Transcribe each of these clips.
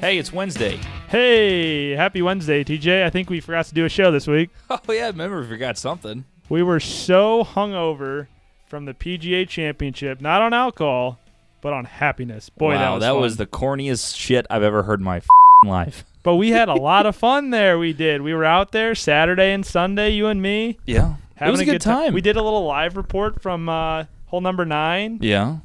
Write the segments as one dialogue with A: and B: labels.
A: Hey, it's Wednesday.
B: Hey, happy Wednesday, TJ. I think we forgot to do a show this week.
A: Oh yeah, I remember we forgot something.
B: We were so hungover from the PGA Championship, not on alcohol, but on happiness. Boy,
A: wow,
B: that was fun.
A: the corniest shit I've ever heard in my f life.
B: But we had a lot of fun there. We did. We were out there Saturday and Sunday, you and me,
A: Yeah,
B: having
A: it was a good
B: ti-
A: time.
B: We did a little live report from uh, hole number nine.
A: Yeah,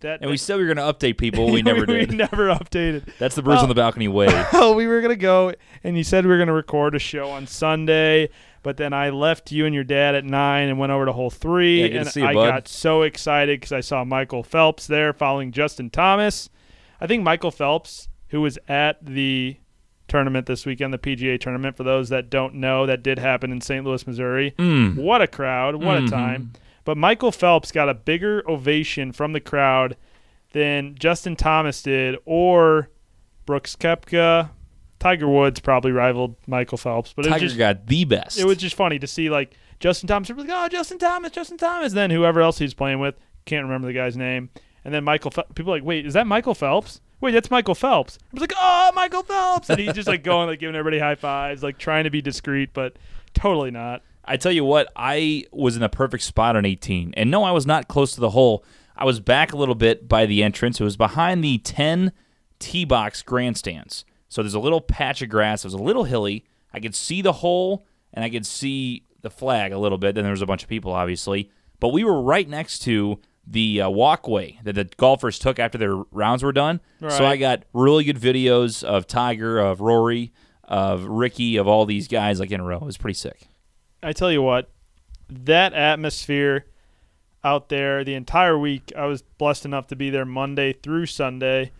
B: That
A: and we said we were going to update people. We
B: we-
A: never
B: we
A: did.
B: never updated.
A: That's the Bruce on the balcony way.
B: Oh, we were gonna go, and you said we were gonna record a show on Sunday, but then I left you and your dad at nine and went over to hole three,
A: Yeah, good to
B: and
A: see you,
B: I
A: bud.
B: got so excited because I saw Michael Phelps there following Justin Thomas. I think Michael Phelps, who was at the tournament this weekend, the PGA tournament. For those that don't know, that did happen in St. Louis, Missouri.
A: Mm.
B: What a crowd! What a time! But Michael Phelps got a bigger ovation from the crowd than Justin Thomas did, or Brooks Kepka. Tiger Woods probably rivaled Michael Phelps, but it was
A: Tiger
B: just
A: got the best.
B: it was just funny to see like Justin Thomas was like, oh Justin Thomas, Justin Thomas. Then whoever else he's playing with can't remember the guy's name, and then Michael Phelps, people are like wait is that Michael Phelps? Wait that's Michael Phelps. I was like oh Michael Phelps, and he's just like going like giving everybody high fives, like trying to be discreet, but totally not.
A: I tell you what, I was in the perfect spot on 18. And no, I was not close to the hole. I was back a little bit by the entrance. It was behind the 10 tee box grandstands. So there's a little patch of grass. It was a little hilly. I could see the hole and I could see the flag a little bit. Then there was a bunch of people, obviously. But we were right next to the uh, walkway that the golfers took after their rounds were done. So
B: Right.
A: I got really good videos of Tiger, of Rory, of Ricky, of all these guys like in a row. It was pretty sick.
B: I tell you what, that atmosphere out there the entire week, I was blessed enough to be there Monday through Sunday,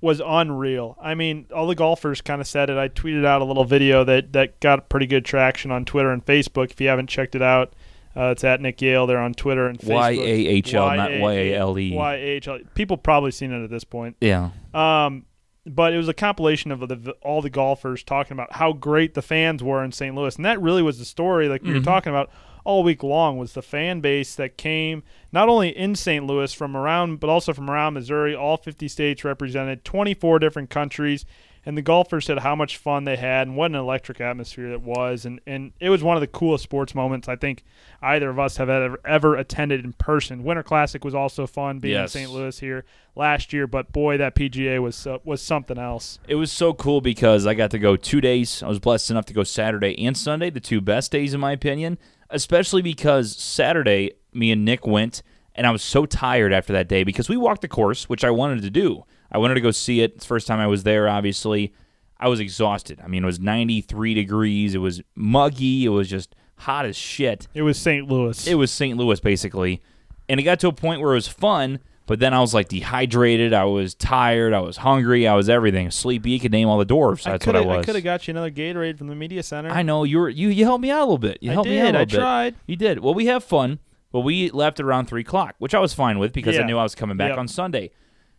B: was unreal. I mean, all the golfers kind of said it. I tweeted out a little video that, that got pretty good traction on Twitter and Facebook. If you haven't checked it out, uh, it's at Nick Yale. They're on Twitter and Facebook.
A: Y A H L, not Y A L E.
B: Y A H L. People probably seen it at this point.
A: Yeah.
B: Um, but it was a compilation of the, all the golfers talking about how great the fans were in St. Louis, and that really was the story. Like we were talking about all week long was the fan base that came not only in St. Louis from around, but also from around Missouri. All 50 states represented, 24 different countries, and the golfers said how much fun they had and what an electric atmosphere it was. And and it was one of the coolest sports moments I think either of us have ever ever attended in person. Winter Classic was also fun being
A: Yes.
B: in St. Louis here last year, but boy, that PGA was so, was something else.
A: It was so cool because I got to go two days. I was blessed enough to go Saturday and Sunday, the two best days in my opinion, especially because Saturday, me and Nick went, and I was so tired after that day because we walked the course, which I wanted to do. I wanted to go see it. It's the first time I was there, obviously. I was exhausted. I mean, it was 93 degrees. It was muggy. It was just hot as shit.
B: It was St. Louis.
A: it was St. Louis basically, and it got to a point where it was fun, but then I was like dehydrated, I was tired, I was hungry, I was everything, sleepy. You could name all the dwarfs. That's what I
B: coulda-
A: was.
B: coulda got you another Gatorade from the media center.
A: I know you were you. You helped me out a little bit. You
B: I
A: helped me out a
B: did,
A: little
B: I
A: bit.
B: tried.
A: You did. Well, we have fun, but we left around three o'clock, which I was fine with because I
B: Yeah.
A: knew I was coming back
B: Yep.
A: on Sunday.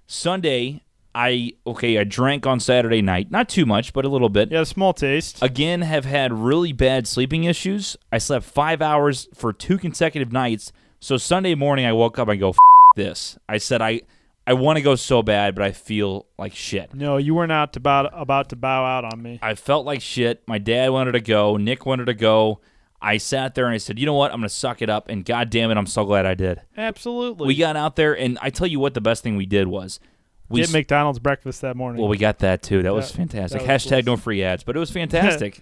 A: Sunday, I okay. I drank on Saturday night, not too much, but a little bit.
B: yeah, small taste.
A: Again, have had really bad sleeping issues. I slept five hours for two consecutive nights. So Sunday morning, I woke up and go, F- this. I said, I, I want to go so bad, but I feel like shit.
B: no, you were not about about to bow out on me.
A: I felt like shit. My dad wanted to go. Nick wanted to go. I sat there and I said, you know what? I'm going to suck it up. And God damn it, I'm so glad I did.
B: Absolutely.
A: We got out there, and I tell you what, the best thing we did was we
B: Get McDonald's breakfast that morning.
A: Well, we got that too. That was
B: That-
A: fantastic.
B: that was
A: Hashtag
B: blessed.
A: no free ads, but it was fantastic.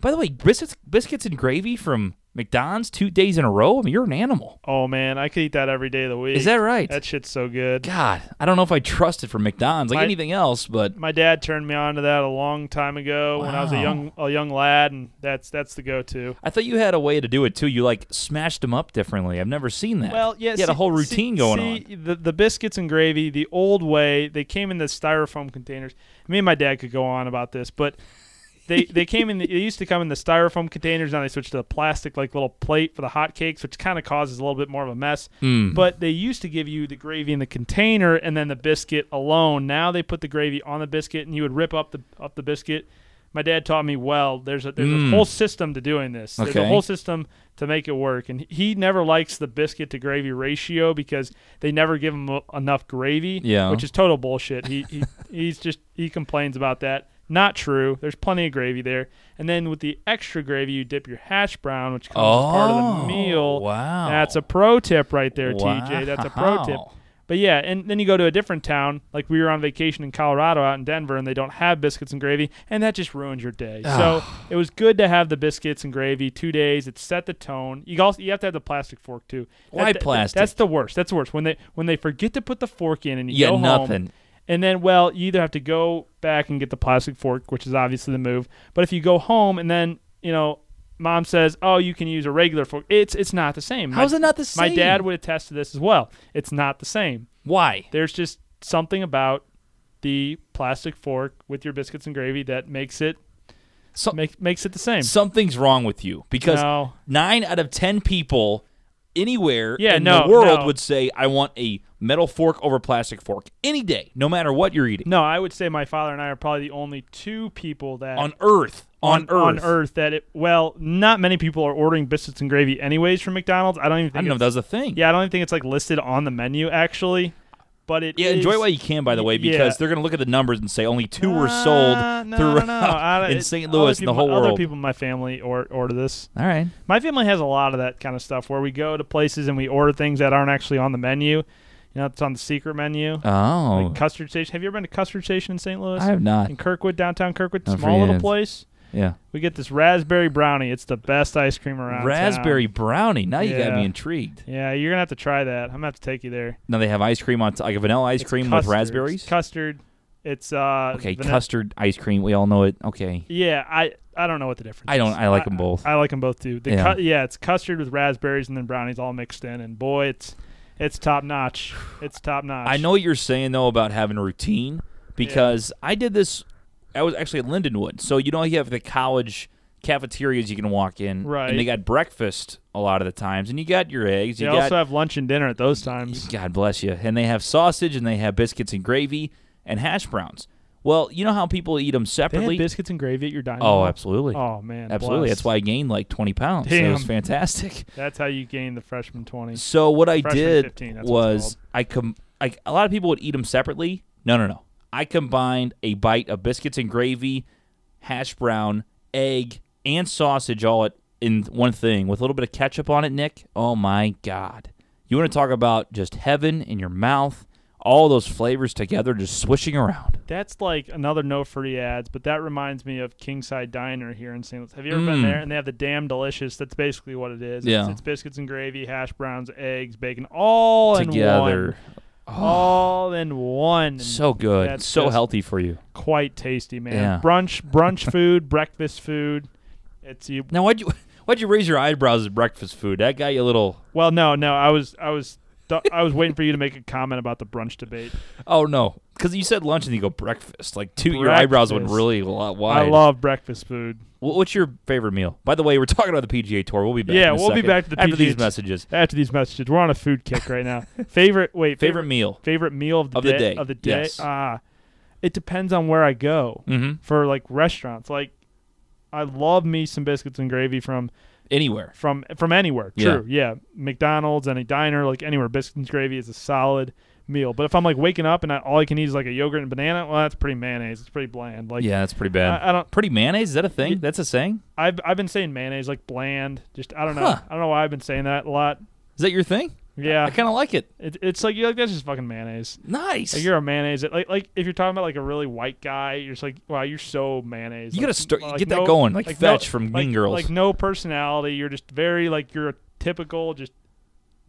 A: By the way, biscuits, biscuits and gravy from McDonald's two days in a row. I mean, you're an animal.
B: oh man, I could eat that every day of the week.
A: Is that right?
B: That shit's so good.
A: God, I don't know if I trust it for McDonald's like
B: My-
A: anything else, but
B: My dad turned me on to that a long time ago when I was a
A: Wow.
B: young a young lad, and that's that's the go-to.
A: I thought you had a way to do it too. You like smashed them up differently. I've never seen that.
B: Well, yeah,
A: you had a
B: see-
A: whole
B: see-
A: routine going on.
B: see, The the biscuits and gravy, the old way, they came in the styrofoam containers. Me and my dad could go on about this, but they they came in. The, they used to come in the styrofoam containers. Now they switched to the plastic like little plate for the hotcakes, which kind of causes a little bit more of a mess.
A: Hmm. Mm.
B: But they used to give you the gravy in the container and then the biscuit alone. Now they put the gravy on the biscuit, and you would rip up the up the biscuit. my dad taught me well. There's a there's
A: Mm.
B: a whole system to doing this. There's
A: Okay.
B: a whole system to make it work. And he never likes the biscuit to gravy ratio because they never give him a- enough gravy,
A: Yeah.
B: which is total bullshit. He, he he's just he complains about that. Not true. There's plenty of gravy there. And then with the extra gravy, you dip your hash brown, which comes as part
A: Oh,
B: of the meal.
A: Wow.
B: That's a pro tip right there, TJ. That's a pro tip.
A: Wow.
B: But yeah, and then you go to a different town. Like we were on vacation in Colorado out in Denver, and they don't have biscuits and gravy, and that just ruins your day. so it was good to have the biscuits and gravy two days. It set the tone. You also you have to have the plastic fork too.
A: Why
B: That- that-
A: plastic?
B: that's the worst. That's the worst. When they when they forget to put the fork in and you
A: You
B: go
A: get
B: home,
A: nothing.
B: and then, well, you either have to go back and get the plastic fork, which is obviously the move. But if you go home and then, you know, mom says, "Oh, you can use a regular fork," it's it's not the same.
A: How's
B: my,
A: it not the same?
B: My dad would attest to this as well. It's not the same.
A: Why?
B: There's just something about the plastic fork with your biscuits and gravy that makes it
A: So-
B: make, makes it the same.
A: Something's wrong with you because
B: No.
A: nine out of ten people anywhere
B: Yeah,
A: in
B: no,
A: the world
B: no.
A: would say, "I want a metal fork over plastic fork any day, no matter what you're eating
B: No, I would say my father and I are probably the only two people that
A: on Earth." On, Earth.
B: on Earth that it well, not many people are ordering biscuits and gravy anyways from McDonald's. I don't even
A: I
B: think
A: didn't know
B: it's-
A: if that was a thing.
B: Yeah, I don't even think it's like listed on the menu actually, but it
A: Yeah,
B: is-
A: enjoy while you can, by the way,
B: Yeah.
A: because they're going to look at the numbers and say only two were
B: Nah,
A: sold
B: no,
A: throughout
B: no, no. I-
A: in
B: it-
A: St.
B: other
A: Louis and the
B: people-
A: whole
B: Other
A: world.
B: people in my family or order this.
A: All right.
B: My family has a lot of that kind of stuff where we go to places and we order things that aren't actually on the menu. You know, it's on the secret menu.
A: Oh,
B: Like Custard Station. Have you ever been to Custard Station in St. Louis?
A: I have not.
B: in Kirkwood, downtown Kirkwood,
A: Not for
B: small little
A: years.
B: place.
A: Yeah.
B: We get this raspberry brownie. It's the best ice cream around. town.
A: Raspberry brownie. Now you got
B: Yeah.
A: me intrigued.
B: Yeah, you're gonna have to try that. I'm gonna have to take you there.
A: Now they have ice cream on t- like a vanilla ice
B: It's
A: cream
B: custard.
A: with raspberries.
B: It's custard. It's uh
A: okay,
B: vanilla-
A: custard ice cream. We all know it. Okay.
B: Yeah, I I don't know what the difference.
A: I don't-
B: Is.
A: I like 'em both.
B: I, like them both too. The
A: Yeah.
B: yeah. yeah, it's custard with raspberries and then brownies all mixed in, and boy, it's it's top notch. It's top notch.
A: I know what you're saying though about having a routine because I did this. I was actually at Lindenwood, so you know you have the college cafeterias you can walk in,
B: Right.
A: And they got breakfast a lot of the times, and you got your eggs.
B: They
A: You got
B: also have lunch and dinner at those times.
A: God bless you. And they have sausage and they have biscuits and gravy and hash browns. Well, you know how people eat them
B: They have
A: separately?
B: biscuits and gravy at your dining.
A: oh,
B: hall?
A: absolutely.
B: Oh man,
A: absolutely.
B: blessed.
A: That's why I gained like 20 pounds. So it was
B: Damn.
A: fantastic.
B: That's how you gain the freshman twenty.
A: So what I
B: Freshman
A: did
B: 15, that's what it's
A: was I com like a lot of people would eat them separately. No, no, no. I combined a bite of biscuits and gravy, hash brown, egg, and sausage all at, in one thing with a little bit of ketchup on it, Nick. Oh my god. You want to talk about just heaven in your mouth, all those flavors together just swishing around.
B: That's like another no free ads, but that reminds me of Kingside Diner here in St. Louis. Have you ever
A: Mm.
B: been there? And they have the damn delicious. That's basically what it is. It's,
A: Yeah.
B: it's biscuits and gravy, hash browns, eggs, bacon, all in one.
A: together.
B: All in one. and
A: So good.
B: That's
A: So
B: just-
A: healthy for you.
B: quite tasty, man.
A: Yeah.
B: Brunch, brunch food, breakfast food. It's you.
A: Now why'd you why'd you raise your eyebrows at breakfast food? That got you a little
B: Well, no, no. I was, I was, I was waiting for you to make a comment about the brunch debate.
A: Oh no, because you said lunch and you go breakfast. Like two, your eyebrows went
B: Breakfast.
A: really lo-
B: I
A: wide.
B: love breakfast food.
A: Wh- What's your favorite meal? By the way, we're talking about the PGA Tour. We'll be back.
B: Yeah,
A: in a
B: we'll be
A: second
B: back to the
A: after
B: PGA
A: these messages.
B: After these messages, we're on a food kick right now. favorite, wait,
A: Favorite meal?
B: favorite meal of the,
A: Of the
B: day,
A: day,
B: of the day
A: yes.
B: ah it depends on where i go
A: Mm-hmm.
B: for like restaurants like i love me some biscuits and gravy from
A: Anywhere.
B: from from anywhere
A: Yeah.
B: true yeah mcdonald's any diner like anywhere biscuits and gravy is a solid meal but if i'm like waking up and I, all i can eat is like a yogurt and banana well that's pretty mayonnaise it's pretty bland like
A: yeah, that's pretty bad.
B: I, I don't
A: Pretty mayonnaise? Is that a thing?
B: Y-
A: That's a saying?
B: I've, I've been saying mayonnaise like bland just i don't know
A: Huh.
B: i don't know why i've been saying that a lot
A: Is that your thing?
B: yeah
A: I kind of like it.
B: it, it's like you're like that's just fucking mayonnaise
A: Nice.
B: Like you're a mayonnaise. Like like if you're talking about like a really white guy, you're just like, wow, you're so mayonnaise.
A: You
B: Like,
A: gotta start-
B: like
A: get that
B: no-
A: going, like
B: no-
A: Fetch from Mean
B: like-
A: Girls.
B: Like no personality. You're just very like you're a typical just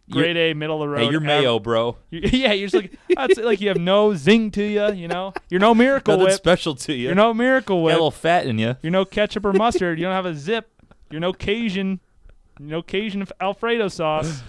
A: You're-
B: grade A middle of the road.
A: hey, you're
B: av-
A: mayo, bro.
B: you- yeah, you're just like I'd say, like you have no zing to you. You know, you're no miracle
A: Nothing
B: whip.
A: special to you.
B: You're no miracle
A: Got a
B: whip.
A: little fat in you.
B: You're no ketchup or mustard. You don't have a zip. You're no Cajun. You're no Cajun Alfredo sauce.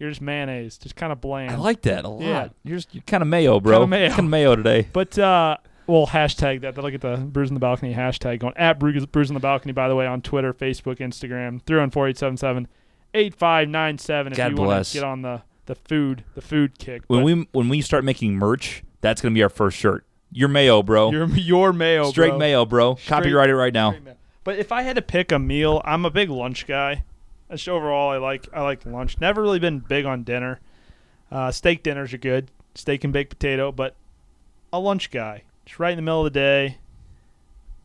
B: You're just mayonnaise. Just kind of bland.
A: I like that a lot.
B: Yeah.
A: You're, just, you're kind of mayo, bro.
B: Kinda mayo.
A: Kind of mayo today.
B: But uh, we'll hashtag that. That'll get the Bruise in the Balcony hashtag going. At Bruise, Bruise in the Balcony, by the way, on Twitter, Facebook, Instagram, 314 8597 if
A: God
B: you want
A: bless.
B: to get on the, the food the food kick.
A: When
B: But
A: we when we start making merch, that's gonna be our first shirt. Your mayo, bro.
B: Your your mayo,
A: Straight
B: bro.
A: mayo, bro. Copyright it right now.
B: Straight mayo. But if I had to pick a meal, I'm a big lunch guy. That's overall, I like I like lunch. Never really been big on dinner. Uh, steak dinners are good, steak and baked potato. But a lunch guy, just right in the middle of the day.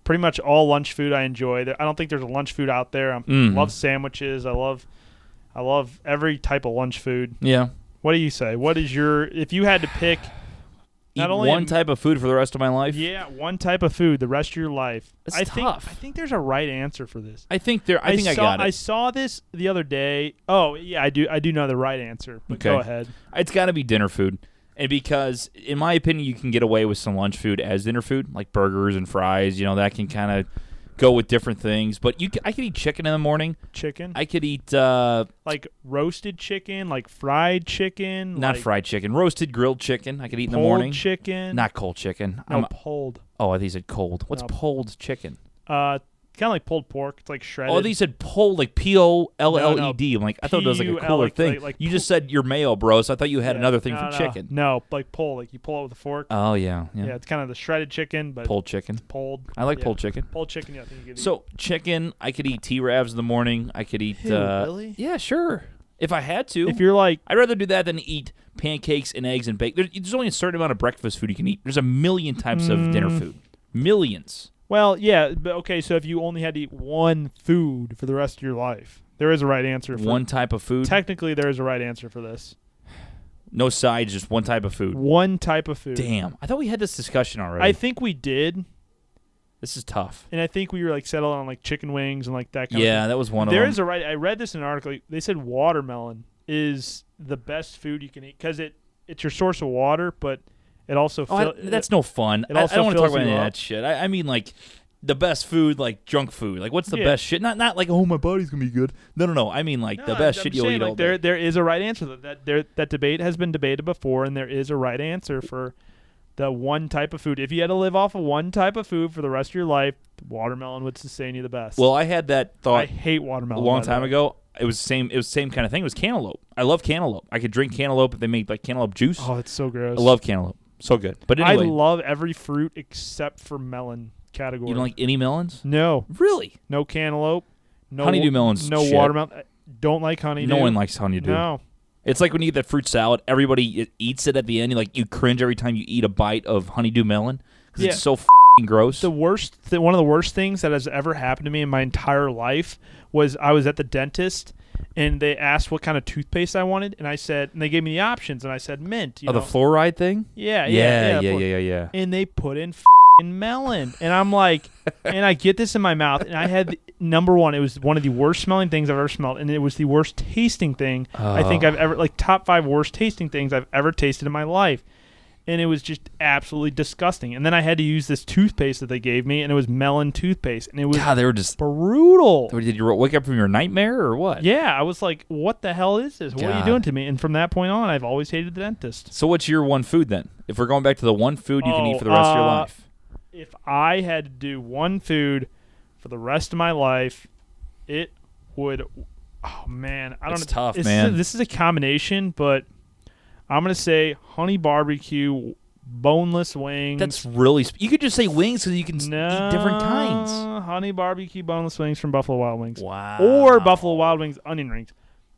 B: Pretty much all lunch food I enjoy. There- I don't think there's a lunch food out there. I
A: Mhm.
B: love sandwiches. I love, I love every type of lunch food.
A: Yeah.
B: What do you say? What is your if you had to pick?
A: Eat
B: Not only
A: one
B: am-
A: type of food for the rest of my life.
B: Yeah, one type of food the rest of your life.
A: It's
B: I
A: tough.
B: think I think there's a right answer for this.
A: I think there. I, think
B: saw,
A: I got it.
B: saw this the other day. Oh yeah, I do. I do know the right answer. But
A: Okay.
B: go ahead.
A: It's got to be dinner food. And because, in my opinion, you can get away with some lunch food as dinner food, like burgers and fries. You know, that can kind of go with different things. But you, c- I could eat chicken in the morning.
B: Chicken,
A: I could eat uh,
B: like roasted chicken, like fried chicken,
A: not
B: like
A: fried chicken, roasted grilled chicken. I could eat in the
B: pulled
A: morning.
B: Chicken,
A: Not cold chicken.
B: no
A: I'm-
B: pulled.
A: oh, I think he said cold. What's
B: No.
A: pulled chicken?
B: Uh, kind of like pulled pork. It's like shredded.
A: Oh, they said pulled like P O L L
B: No,
A: E
B: no.
A: D. I'm like, I thought it was like a
B: P U L,
A: cooler
B: like-
A: thing.
B: like- like
A: you
B: pull-
A: just said your mayo, bro. So I thought you had
B: Yeah,
A: another thing
B: no,
A: from
B: no,
A: chicken.
B: No, like pull. Like you pull it with a fork.
A: Oh yeah, yeah.
B: yeah. it's kind of the shredded chicken, but
A: Pulled chicken.
B: pulled.
A: I like
B: yeah.
A: pulled chicken.
B: Pulled chicken. Yeah, I think you could eat.
A: So chicken, I could eat T Ravs in the morning. I could eat.
B: Ew,
A: uh,
B: really?
A: Yeah, sure. If I had to,
B: if you're like
A: I'd rather do that than eat pancakes and eggs and bake. There's, there's only a certain amount of breakfast food you can eat. There's a million types of dinner
B: Mm.
A: food. Millions.
B: Well, yeah, but okay. So if you only had to eat one food for the rest of your life, there is a right answer. For
A: One type of food.
B: Technically, there is a right answer for this.
A: no sides. Just one type of food.
B: One type of food.
A: Damn. I thought we had this discussion already.
B: I think we did,
A: this is tough.
B: and I think we were like settled on like chicken wings and like that kind
A: Yeah,
B: of.
A: that was one
B: thing.
A: of
B: There
A: them.
B: is a right. I read this in an article. They said watermelon is the best food you can eat because it it's your source of water, but it also
A: Oh, I-
B: fill-
A: that's no fun.
B: it
A: I, I
B: also
A: don't want to talk
B: fills
A: about
B: you
A: any of
B: up.
A: that shit. I, I mean, like the best food, like junk food. Like what's the
B: Yeah.
A: best shit? Not not like oh my body's gonna be good. No, no, no. I mean like the
B: No,
A: best
B: I'm
A: shit you'll
B: saying,
A: eat
B: like,
A: all
B: There,
A: day.
B: there is a right answer. That that, there, that debate has been debated before, and there is a right answer for the one type of food. If you had to live off of one type of food for the rest of your life, watermelon would sustain you the best.
A: Well, I had that
B: I
A: thought
B: hate
A: a
B: watermelon.
A: long
B: by the
A: time
B: way.
A: ago. It was same. It was same kind of thing. It was cantaloupe. I love cantaloupe. I could drink cantaloupe if they make like cantaloupe juice.
B: Oh, it's so gross.
A: I love cantaloupe. So good. But
B: I
A: anyway,
B: love every fruit except for melon category.
A: you don't like any melons?
B: no,
A: Really?
B: no cantaloupe, no
A: Honeydew melon's
B: no
A: shit.
B: watermelon. I Don't like honeydew.
A: No one likes honeydew.
B: No,
A: It's like when you eat that fruit salad. Everybody e- eats it at the end. You like you cringe every time you eat a bite of honeydew melon because
B: Yeah.
A: it's so f gross.
B: the worst th- one of the worst things that has ever happened to me in my entire life was I was at the dentist and they asked what kind of toothpaste I wanted and I said and they gave me the options and I said mint you
A: oh, the
B: know.
A: fluoride thing. yeah,
B: yeah yeah
A: yeah,
B: for-
A: yeah, yeah, yeah.
B: and they put in fing melon and I'm like and I get this in my mouth and I had the, number one it was one of the worst smelling things I've ever smelled and it was the worst tasting thing I think
A: Oh.
B: I've ever like top 5 worst tasting things I've ever tasted in my life and it was just absolutely disgusting. And then I had to use this toothpaste that they gave me, and it was melon toothpaste, and it was
A: God, they were just.
B: brutal.
A: Did you wake up from your nightmare or what?
B: Yeah, I was like, "What the hell is this? What are
A: God.
B: you doing to me?" And from that point on, I've always hated the dentist.
A: So what's your one food then? If we're going back to the one food you can eat
B: Oh,
A: for the rest of your
B: uh,
A: life,
B: If I had to do one food for the rest of my life, it would. Oh man, I don't.
A: It's tough,
B: this Is
A: man.
B: a, this is a combination, but I'm gonna say honey barbecue, boneless wings.
A: that's really. Sp- you could just say wings because you can s-
B: no
A: eat different kinds.
B: Honey barbecue boneless wings from Buffalo Wild Wings.
A: Wow.
B: or Buffalo Wild Wings onion rings.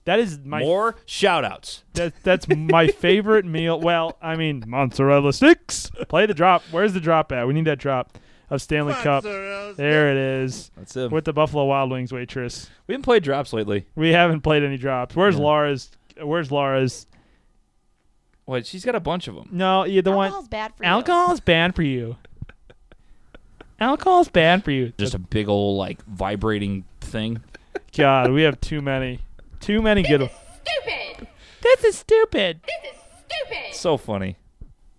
B: That is my
A: More shout outs.
B: that, that's my favorite meal. Well, I mean mozzarella sticks. Play the drop. Where's the drop at? We need that drop of Stanley Cup. There uh, it is
A: That's it.
B: with the Buffalo Wild Wings waitress.
A: We haven't played drops lately.
B: We haven't played any drops. Where's
A: Yeah.
B: Laura's? Where's Laura's?
A: What? She's got a bunch of them.
B: No, you the one.
C: Alcohol's bad for you.
B: Alcohol is bad for you. Alcohol is bad for you.
A: Just a big old like vibrating thing.
B: God, we have too many, too many good. ones.
C: Stupid.
B: This is stupid.
C: This is stupid.
A: So funny.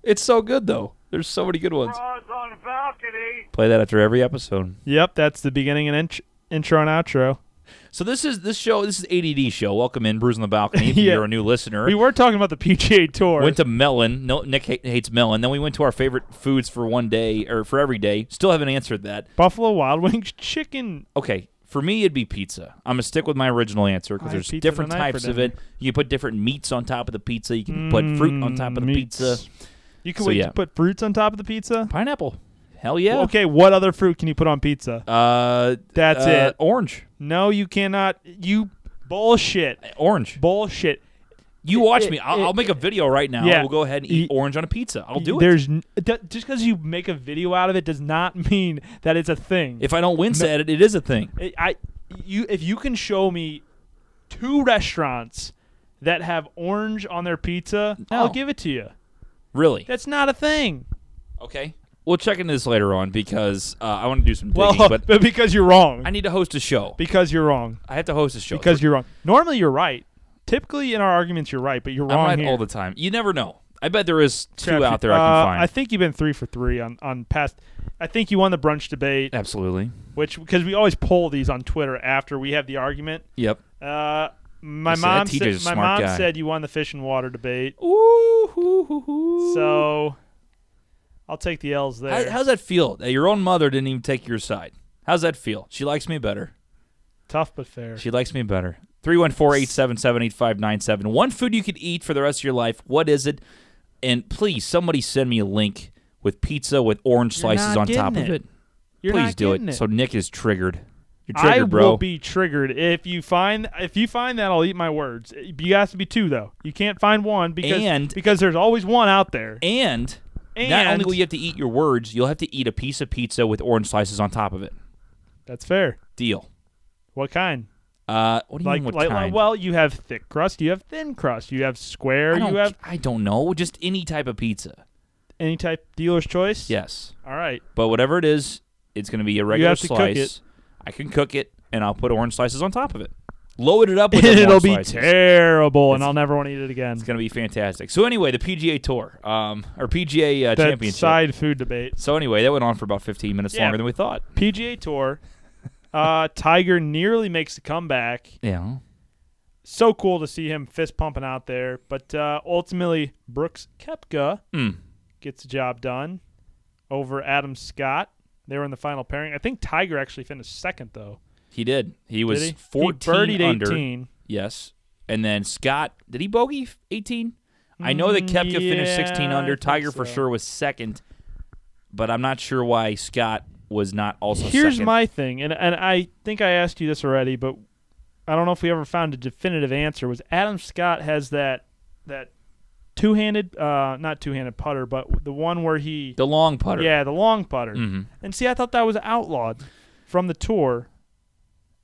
A: It's so good though. There's so many good ones.
D: Oh, on the balcony.
A: Play that after every episode.
B: Yep, that's the beginning and int- intro and outro.
A: So this is this show. This is ADD show. Welcome in, Bruise on the Balcony. If
B: Yeah.
A: you're a new listener,
B: We were talking about the PGA Tour.
A: went to melon. No, Nick ha- hates melon. Then we went to our favorite foods for one day or for every day. Still haven't answered that.
B: Buffalo Wild Wings chicken.
A: Okay, for me it'd be pizza. I'm gonna stick with my original answer
B: I
A: because
B: had
A: there's
B: pizza
A: different
B: tonight for
A: types of it. You can put different meats on top of the pizza. You can put fruit on top of the
B: mm, meats.
A: pizza.
B: You can
A: So,
B: wait
A: yeah.
B: to put fruits on top of the pizza.
A: Pineapple. Hell yeah.
B: Okay, what other fruit can you put on pizza?
A: Uh,
B: That's
A: uh,
B: it.
A: Orange.
B: No, you cannot. You bullshit.
A: Orange.
B: Bullshit.
A: You watch
B: it-
A: me. I'll,
B: it-
A: I'll make a video right now.
B: Yeah.
A: We'll go ahead and eat
B: Y-
A: orange on a pizza. I'll do it.
B: There's n- d- just because you make a video out of it does not mean that it's a thing.
A: If I don't wince at it, it is a thing.
B: I- I you if you can show me two restaurants that have orange on their pizza, I'll
A: No.
B: give it to you.
A: Really.
B: That's not a thing.
A: Okay. We'll check into this later on because uh, I want to do some
B: Well,
A: digging,
B: but,
A: but
B: because you're wrong.
A: I need to host a show.
B: because you're wrong.
A: I have to host a show
B: Because you're wrong. Normally you're right. Typically in our arguments you're right, but you're
A: I'm
B: wrong
A: right
B: here.
A: all the time. You never know. I bet there is two
B: Crap,
A: out there I
B: uh,
A: can find.
B: I think you've been three for three on on past. I think you won the brunch debate,
A: Absolutely.
B: which because we always poll these on Twitter after we have the argument.
A: Yep.
B: Uh, my
A: Listen, that
B: mom
A: TJ 's
B: said
A: a
B: my
A: smart
B: mom
A: guy.
B: said you won the fish and water debate.
A: Ooh, hoo, hoo, hoo.
B: So I'll take the L's there.
A: How, how's that feel? That your own mother didn't even take your side. How's that feel? She likes me better.
B: Tough but fair.
A: She likes me better. 314-877-8597. One food you could eat for the rest of your life. What is it? And please, somebody send me a link with pizza with orange
B: You're
A: slices
B: not
A: on top
B: getting
A: of
B: it.
A: it.
B: You're
A: please
B: not
A: do it.
B: getting it.
A: So Nick is triggered. You're
B: I
A: triggered,
B: will
A: bro.
B: be triggered if you find if you find that I'll eat my words. Eh, You has to be two though. You can't find one because
A: And-
B: because there's always one out there.
A: and, not only
B: And-
A: will you have to eat your words, you'll have to eat a piece of pizza with orange slices on top of it.
B: That's fair.
A: Deal.
B: What kind?
A: Uh, what do you
B: Like,
A: mean what
B: like,
A: kind?
B: well, you have thick crust, you have thin crust, you have square,
A: I don't,
B: you have
A: I don't know. Just any type of pizza.
B: any type dealer's choice.
A: Yes.
B: All right.
A: But whatever it is, it's going to be a regular
B: have to cook
A: slice.
B: it.
A: I can cook it, and I'll put orange slices on top of it. Load it up with them
B: It'll
A: orange
B: be
A: slices.
B: terrible, and
A: It's-
B: I'll never want to eat it again.
A: It's going to be fantastic. So anyway, the PGA Tour, um, or PGA uh,
B: That
A: Championship.
B: side food debate.
A: So anyway, that went on for about 15 minutes
B: Yeah.
A: longer than we thought.
B: PGA Tour. Uh, Tiger nearly makes a comeback.
A: Yeah.
B: So cool to see him fist pumping out there. But uh, ultimately, Brooks Kepka
A: Mm.
B: gets the job done over Adam Scott. They were in the final pairing. I think Tiger actually finished second, though.
A: He did. He was
B: Did he?
A: 14
B: he birdied
A: under.
B: 18.
A: Yes. And then Scott, did he bogey 18? I know that
B: Mm,
A: Kepka finished
B: yeah,
A: 16
B: I
A: under.
B: think
A: Tiger for
B: so.
A: sure was second, but I'm not sure why Scott was not also
B: Here's
A: second.
B: my thing, and and I think I asked you this already, but I don't know if we ever found a definitive answer. Was Adam Scott has that that two handed, uh, not two handed putter, but the one where he
A: the long putter.
B: yeah the long putter.
A: Mhm.
B: And see, I thought that was outlawed from the tour,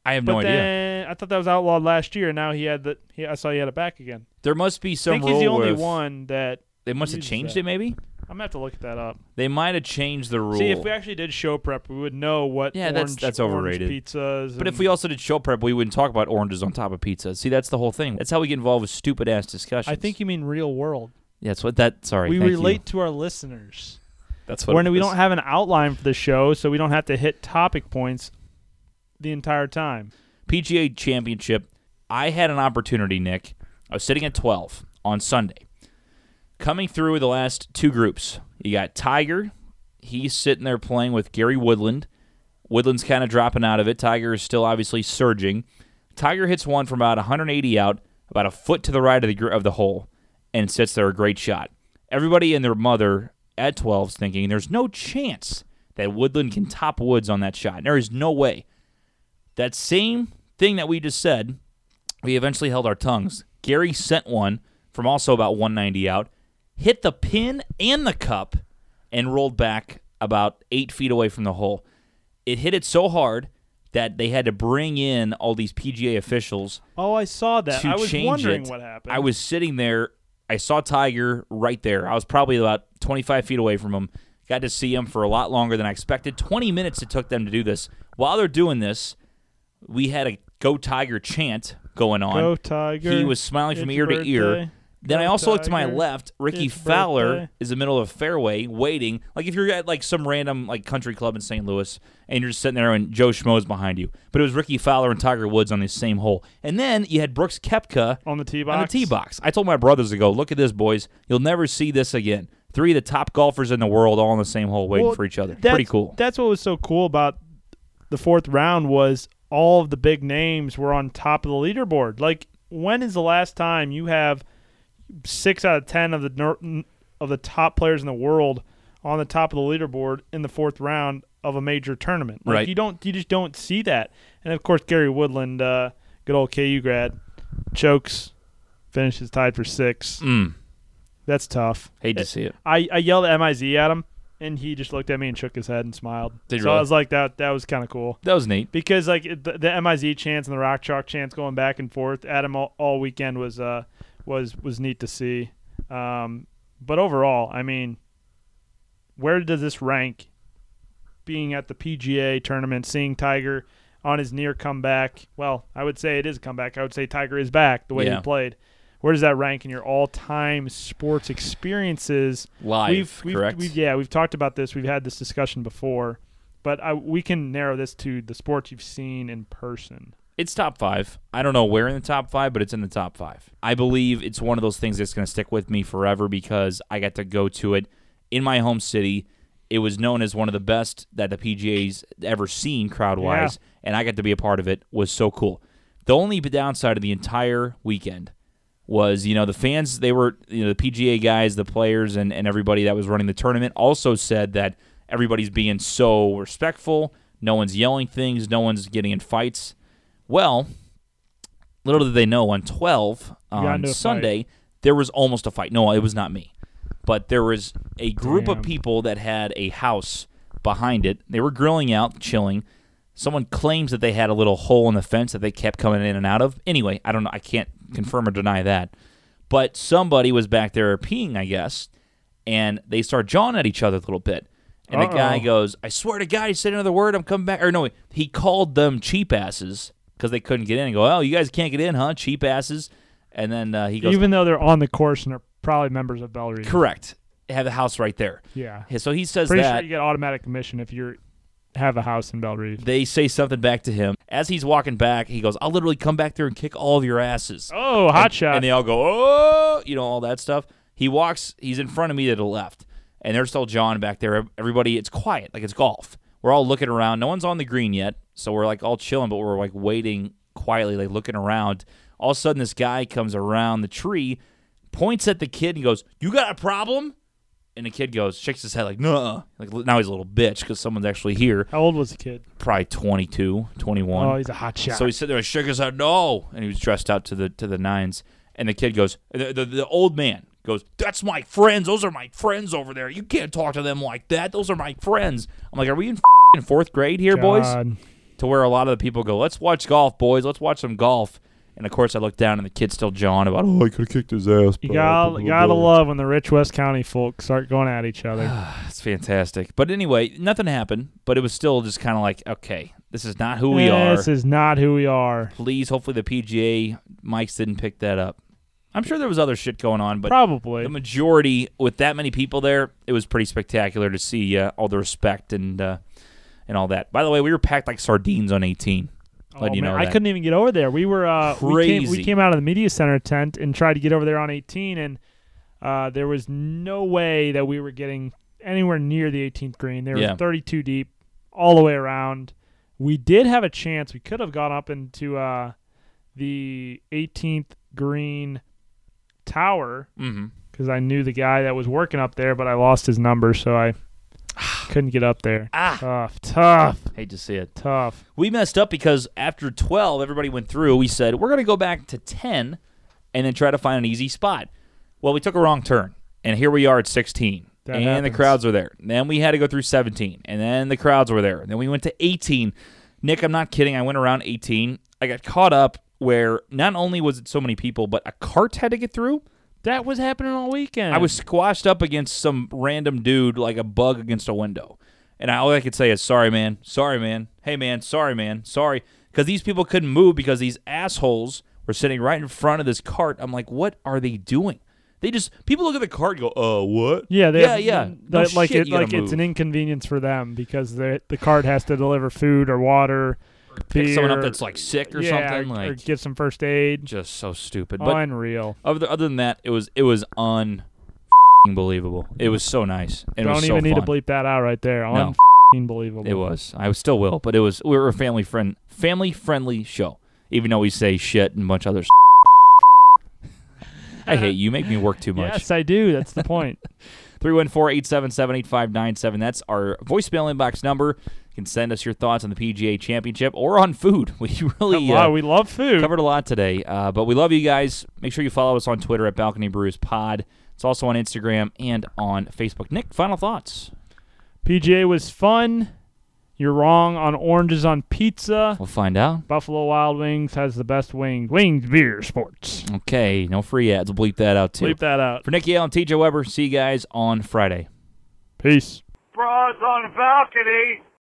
A: I have
B: but
A: no idea.
B: then I thought that was outlawed last year. And now he had the he, I saw he had it back again.
A: There must be
B: I
A: some
B: think he's the
A: rule
B: only
A: with-
B: one that
A: They must have
B: uses
A: changed
B: that.
A: it. Maybe
B: I'm gonna have to look that up.
A: they might have changed the rule.
B: See, if we actually did show prep, we would know what
A: Yeah, that's-
B: orange,
A: that's
B: orange
A: overrated.
B: pizzas.
A: but if
B: and-
A: we also did show prep, we wouldn't talk about oranges on top of pizza. See, that's the whole thing. That's how we get involved with stupid ass discussions.
B: I think you mean real world.
A: that's what that. Sorry,
B: we
A: thank you.
B: relate to our listeners.
A: That's what
B: When
A: it
B: we
A: is.
B: don't have an outline for the show, so we don't have to hit topic points the entire time.
A: PGA Championship, I had an opportunity, Nick. I was sitting at 12 on Sunday. Coming through the last two groups, you got Tiger. He's sitting there playing with Gary Woodland. Woodland's kind of dropping out of it. Tiger is still obviously surging. Tiger hits one from about 180 out, about a foot to the right of the gr- of the hole, and sits there a great shot. Everybody and their mother at 12's thinking there's no chance that Woodland can top Woods on that shot. There is no way. That same thing that we just said, we eventually held our tongues. Gary sent one from also about 190 out, hit the pin and the cup, and rolled back about eight feet away from the hole. It hit it so hard that they had to bring in all these PGA officials
B: Oh, I saw that.
A: to
B: I was
A: change
B: wondering
A: it.
B: what happened.
A: I was sitting there. I saw Tiger right there. I was probably about 25 feet away from him. Got to see him for a lot longer than I expected. 20 minutes it took them to do this. While they're doing this, we had a "Go Tiger" chant going on.
B: Go Tiger.
A: He was smiling from
B: It's
A: ear
B: your
A: to ear.
B: birthday.
A: Then I
B: Go
A: also looked to my
B: Tiger.
A: left. Ricky
B: It's your
A: Fowler
B: birthday.
A: is in the middle of a fairway waiting. Like if you're at like some random like country club in St. Louis and you're just sitting there and Joe Schmo's behind you. But it was Ricky Fowler and Tiger Woods on the same hole. And then you had Brooks Kepka
B: on the tee box.
A: on the tee box. I told my brothers to go, look at this, boys. You'll never see this again. Three of the top golfers in the world all on the same hole waiting
B: Well,
A: for each other.
B: that's-
A: Pretty cool.
B: That's what was so cool about the fourth round was all of the big names were on top of the leaderboard. Like, when is the last time you have six out of ten of the nor- of the top players in the world on the top of the leaderboard in the fourth round of a major tournament. Like,
A: Right.
B: You don't. You just don't see that. And of course, Gary Woodland, uh, good old KU grad, chokes, finishes tied for six.
A: Mm.
B: That's tough.
A: Hate to see it.
B: I, I yelled at Miz at him, and he just looked at me and shook his head and smiled.
A: Did he
B: so I
A: really?
B: was like, that that was kind of cool
A: That was neat.
B: because like it- the, the Miz chance and the Rock Chalk chance going back and forth at him all, all weekend was uh was was neat to see. Um, but overall, I mean, where does this rank? Being at the PGA tournament, seeing Tiger on his near comeback. Well, I would say it is a comeback. I would say Tiger is back the way
A: Yeah.
B: he played. Where does that rank in your all-time sports experiences?
A: Live,
B: we've, we've,
A: correct?
B: We've, yeah, we've talked about this. We've had this discussion before, but I, we can narrow this to the sports you've seen in person.
A: It's top five. I don't know where in the top five, but it's in the top five. I believe it's one of those things that's going to stick with me forever because I got to go to it in my home city. It was known as one of the best that the PGA's ever seen crowd wise, and I got to be a part of it. Was so cool. The only downside of the entire weekend was you know the fans they were you know the PGA guys the players and, and everybody that was running the tournament also said that everybody's being so respectful no one's yelling things no one's getting in fights well little did they know on 12
B: got
A: on
B: into a fight.
A: Sunday there was almost a fight no it was not me but there was a group
B: Damn.
A: of people that had a house behind it they were grilling out chilling someone claims that they had a little hole in the fence that they kept coming in and out of anyway I don't know I can't confirm or deny that but somebody was back there peeing, I guess, and they start jawing at each other a little bit. And the
B: Uh-oh.
A: guy goes, "I swear to God, he said another word, I'm coming back." Or no, he called them cheap asses because they couldn't get in. And go, "Oh, you guys can't get in, huh? Cheap asses." And then uh, he goes,
B: Even though they're on the course and they're probably members of Bellary.
A: "Correct, They have the house right there."
B: Yeah.
A: So he says
B: Pretty
A: that.
B: sure you get automatic admission if you have a house in Bellary.
A: they say something back to him as he's walking back. He goes, "I'll literally come back there and kick all of your asses."
B: Oh, hot
A: and,
B: shot.
A: And they all go, oh, you know, all that stuff. He walks, he's in front of me to the left, and there's still John back there. Everybody, it's quiet, like it's golf. We're all looking around. No one's on the green yet, so we're like all chilling, but we're like waiting quietly, like looking around. All of a sudden, this guy comes around the tree, points at the kid, and goes, "You got a problem?" And the kid goes, shakes his head like, "No." Like now he's a little bitch because someone's actually here,
B: How old was the kid?
A: probably 22, 21.
B: Oh, he's a hot shot.
A: So he sat there and shook his head, no. And he was dressed out to the to the nines. And the kid goes, the, the, the old man goes, that's my friends. Those are my friends over there. You can't talk to them like that. Those are my friends. I'm like, are we in f***ing fourth grade here, boys?
B: God.
A: To where a lot of the people go, let's watch golf, boys. Let's watch some golf. And of course, I look down and the kid's still jawing about, oh, I could have kicked his ass.
B: You
A: bro."
B: gotta, gotta love when the rich West County folk start going at each other.
A: That's fantastic. But anyway, nothing happened. But it was still just kind of like, okay, this is not who we are.
B: This is not who we are.
A: please hopefully the pga mics didn't pick that up i'm sure there was other shit going on but
B: Probably.
A: the majority with that many people there it was pretty spectacular to see uh, all the respect and uh, and all that by the way we were packed like sardines on 18 letting
B: Oh,
A: you
B: man,
A: know
B: I
A: that.
B: couldn't even get over there. We were uh, We, came, we
A: Crazy.
B: came out of the media center tent and tried to get over there on 18, and uh, there was no way that we were getting anywhere near the 18th green. There
A: Yeah.
B: was 32 deep all the way around. We did have a chance. We could have gone up into uh, the 18th green tower
A: mm-hmm.
B: because I knew the guy that was working up there, but I lost his number, so I couldn't get up there.
A: Ah.
B: Tough, tough,
A: hate to see it
B: tough.
A: we messed up because after 12 everybody went through we said we're going to go back to 10 and then try to find an easy spot well we took a wrong turn and here we are at 16
B: That
A: and the
B: happens.
A: crowds were there then we had to go through 17 and then the crowds were there then we went to 18 nick i'm not kidding i went around 18 i got caught up where not only was it so many people but a cart had to get through
B: That was happening all weekend.
A: I was squashed up against some random dude like a bug against a window. And I, all I could say is, sorry, man. Sorry, man. Hey, man. Sorry, man. Sorry. Because these people couldn't move because these assholes were sitting right in front of this cart. I'm like, what are they doing? They just, people look at the cart and go, uh, what?
B: Yeah, they
A: yeah,
B: have-
A: yeah.
B: th-
A: No
B: like
A: shit
B: it,
A: you gotta
B: like it's an
A: move.
B: inconvenience for them because the the card has to deliver food or water,
A: Pick someone up
B: beer,
A: that's like sick or
B: yeah,
A: something.
B: or, Oh,
A: Like,
B: or give some first aid.
A: just so stupid. But
B: Unreal.
A: other, other than that, it was, it was un believable. It was so nice. and It
B: Don't
A: was
B: even
A: so
B: need to
A: fun.
B: bleep that out right there.
A: No.
B: Unbelievable.
A: It was. I still will, but it was. We were a family friend, family friendly show. Even though we say shit and a bunch of other. s- I hate you. Make me work too much.
B: Yes, I do. That's the point.
A: 314-877-8597. That's our voicemail inbox number. You can send us your thoughts on the PGA Championship or on food. We really uh,
B: wow, we love food.
A: covered a lot today, uh, but we love you guys. Make sure you follow us on Twitter at Balcony Brews Pod. It's also on Instagram and on Facebook. Nick, final thoughts.
B: PGA was fun. You're wrong on oranges on pizza.
A: We'll find out.
B: Buffalo Wild Wings has the best winged winged beer sports.
A: Okay, no free ads. We'll bleep that out too.
B: Bleep that out.
A: For Nick Yale and TJ Weber, see you guys on Friday.
B: Peace.
D: Bras on the balcony.